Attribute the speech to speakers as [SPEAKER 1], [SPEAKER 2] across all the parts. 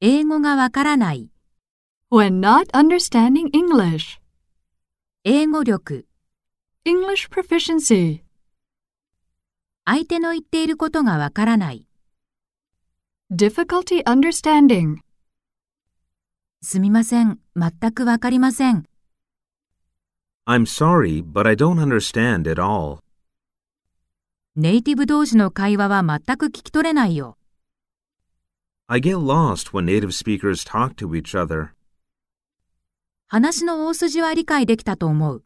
[SPEAKER 1] 英語がわからない、
[SPEAKER 2] When not understanding English.
[SPEAKER 1] 英語力、
[SPEAKER 2] English proficiency.
[SPEAKER 1] 相手の言っていることがわからない、
[SPEAKER 2] Difficulty understanding.
[SPEAKER 1] すみません、全くわかりません、
[SPEAKER 3] I'm sorry, but I don't understand at all.
[SPEAKER 1] ネイティブ同士の会話は全く聞き取れないよ。
[SPEAKER 3] I get lost when native speakers talk to each other.
[SPEAKER 1] 話の大筋は理解できたと思う。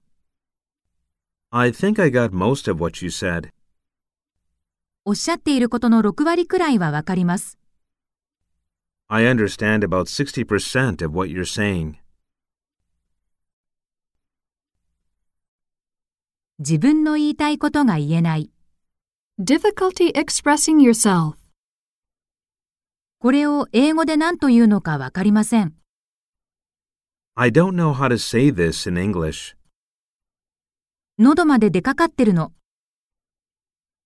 [SPEAKER 3] I think I got most of what you said.
[SPEAKER 1] おっしゃっていることの6割くらいはわかります。
[SPEAKER 3] I understand about 60% of what you're saying.
[SPEAKER 1] 自分の言いたいことが言えない。
[SPEAKER 2] Difficulty expressing yourself.
[SPEAKER 1] これを英語で何というのかわかりません。
[SPEAKER 3] I don't know how to say this in English.
[SPEAKER 1] 喉まで出かかってるの。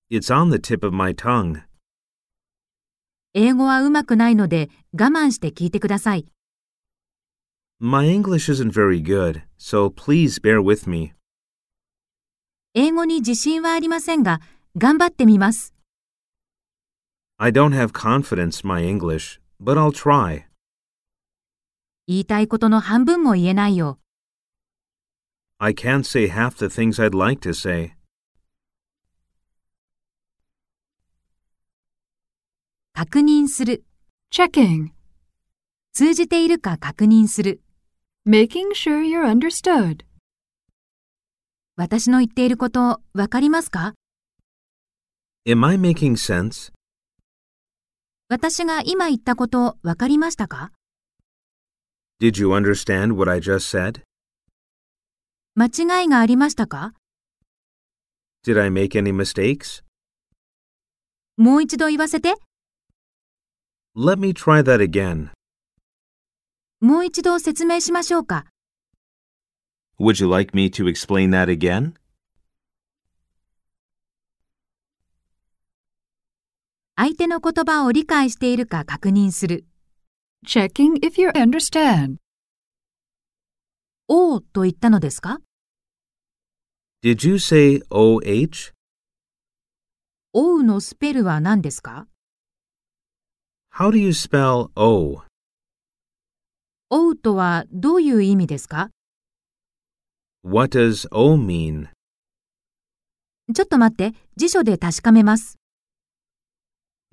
[SPEAKER 3] It's on the tip of my tongue.
[SPEAKER 1] 英語はうまくないので我慢して聞いてください。
[SPEAKER 3] My English isn't very good, so please bear with me.
[SPEAKER 1] 英語に自信はありませんが、頑張ってみます。
[SPEAKER 3] I don't have confidence in my English, but I'll try.
[SPEAKER 1] 言いたいことの半分も言えないよ。
[SPEAKER 3] I can't say half the things I'd like to say.
[SPEAKER 1] 確認する。
[SPEAKER 2] Checking.
[SPEAKER 1] 通じているか確認する。
[SPEAKER 2] Making sure you're understood.
[SPEAKER 1] 私の言っていること、わかりますか
[SPEAKER 3] Am I making sense?
[SPEAKER 1] 私が今言ったこと、わかりましたか
[SPEAKER 3] Did you understand what I just said?
[SPEAKER 1] 間違いがありましたか
[SPEAKER 3] Did I make any mistakes?
[SPEAKER 1] もう一度言わせて。
[SPEAKER 3] Let me try that again.
[SPEAKER 1] もう一度説明しましょうか。
[SPEAKER 3] Would you like me to explain that again?
[SPEAKER 1] 相手の言葉を理解しているか確認する。
[SPEAKER 2] Checking if you understand.
[SPEAKER 1] おうと言ったのですか
[SPEAKER 3] Did you say OH?
[SPEAKER 1] おうのスペルは何ですか
[SPEAKER 3] How do you spell O?
[SPEAKER 1] おうとはどういう意味ですか
[SPEAKER 3] What does O mean?
[SPEAKER 1] ちょっと待って、辞書で確かめます。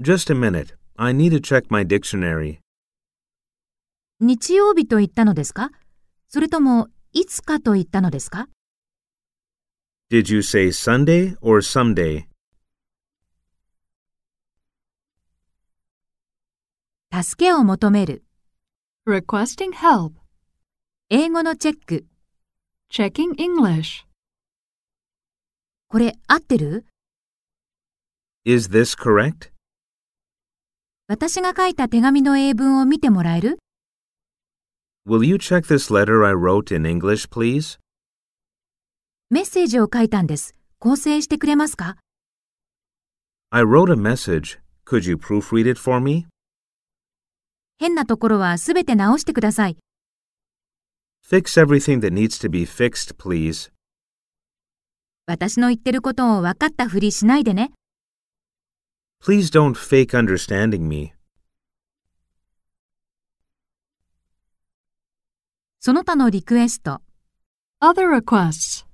[SPEAKER 3] Just a minute. I need to check my dictionary.
[SPEAKER 1] 日曜日と言ったのですかそれとも、いつかと言ったのですか
[SPEAKER 3] Did you say Sunday or someday?
[SPEAKER 1] 助けを求める。
[SPEAKER 2] Requesting help.
[SPEAKER 1] 英語のチェック。
[SPEAKER 2] Checking English.
[SPEAKER 1] これ合ってる
[SPEAKER 3] Is this correct?
[SPEAKER 1] 私が書いた手紙の英文を見てもらえる
[SPEAKER 3] Will you check this letter I wrote in English, please?
[SPEAKER 1] メッセージを書いたんです。構成してくれますか
[SPEAKER 3] I wrote a message. Could you proofread it for me?
[SPEAKER 1] 変なところはすべて直してください。
[SPEAKER 3] Fix everything that needs to be fixed, please.
[SPEAKER 1] 私の言ってることを分かったふりしないでね。
[SPEAKER 3] Please don't fake understanding me.
[SPEAKER 1] その他のリクエスト。
[SPEAKER 2] Other requests.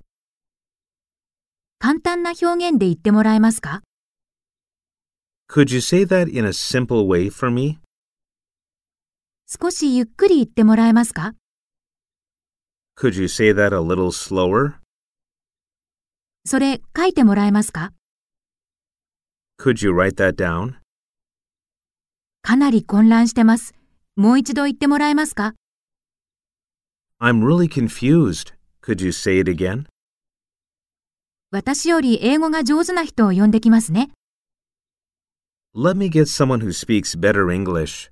[SPEAKER 1] 簡単な表現で言ってもらえますか
[SPEAKER 3] Could you say that in a simple way for me?
[SPEAKER 1] 少しゆっくり言ってもらえますか
[SPEAKER 3] Could you say that a little slower?
[SPEAKER 1] それ書いてもらえますか
[SPEAKER 3] Could you write that down?
[SPEAKER 1] かなり混乱してます。もう一度言ってもらえますか
[SPEAKER 3] I'm really confused. Could you say it again?
[SPEAKER 1] 私より英語が上手な人を呼んできますね。
[SPEAKER 3] Let me get someone who speaks better English.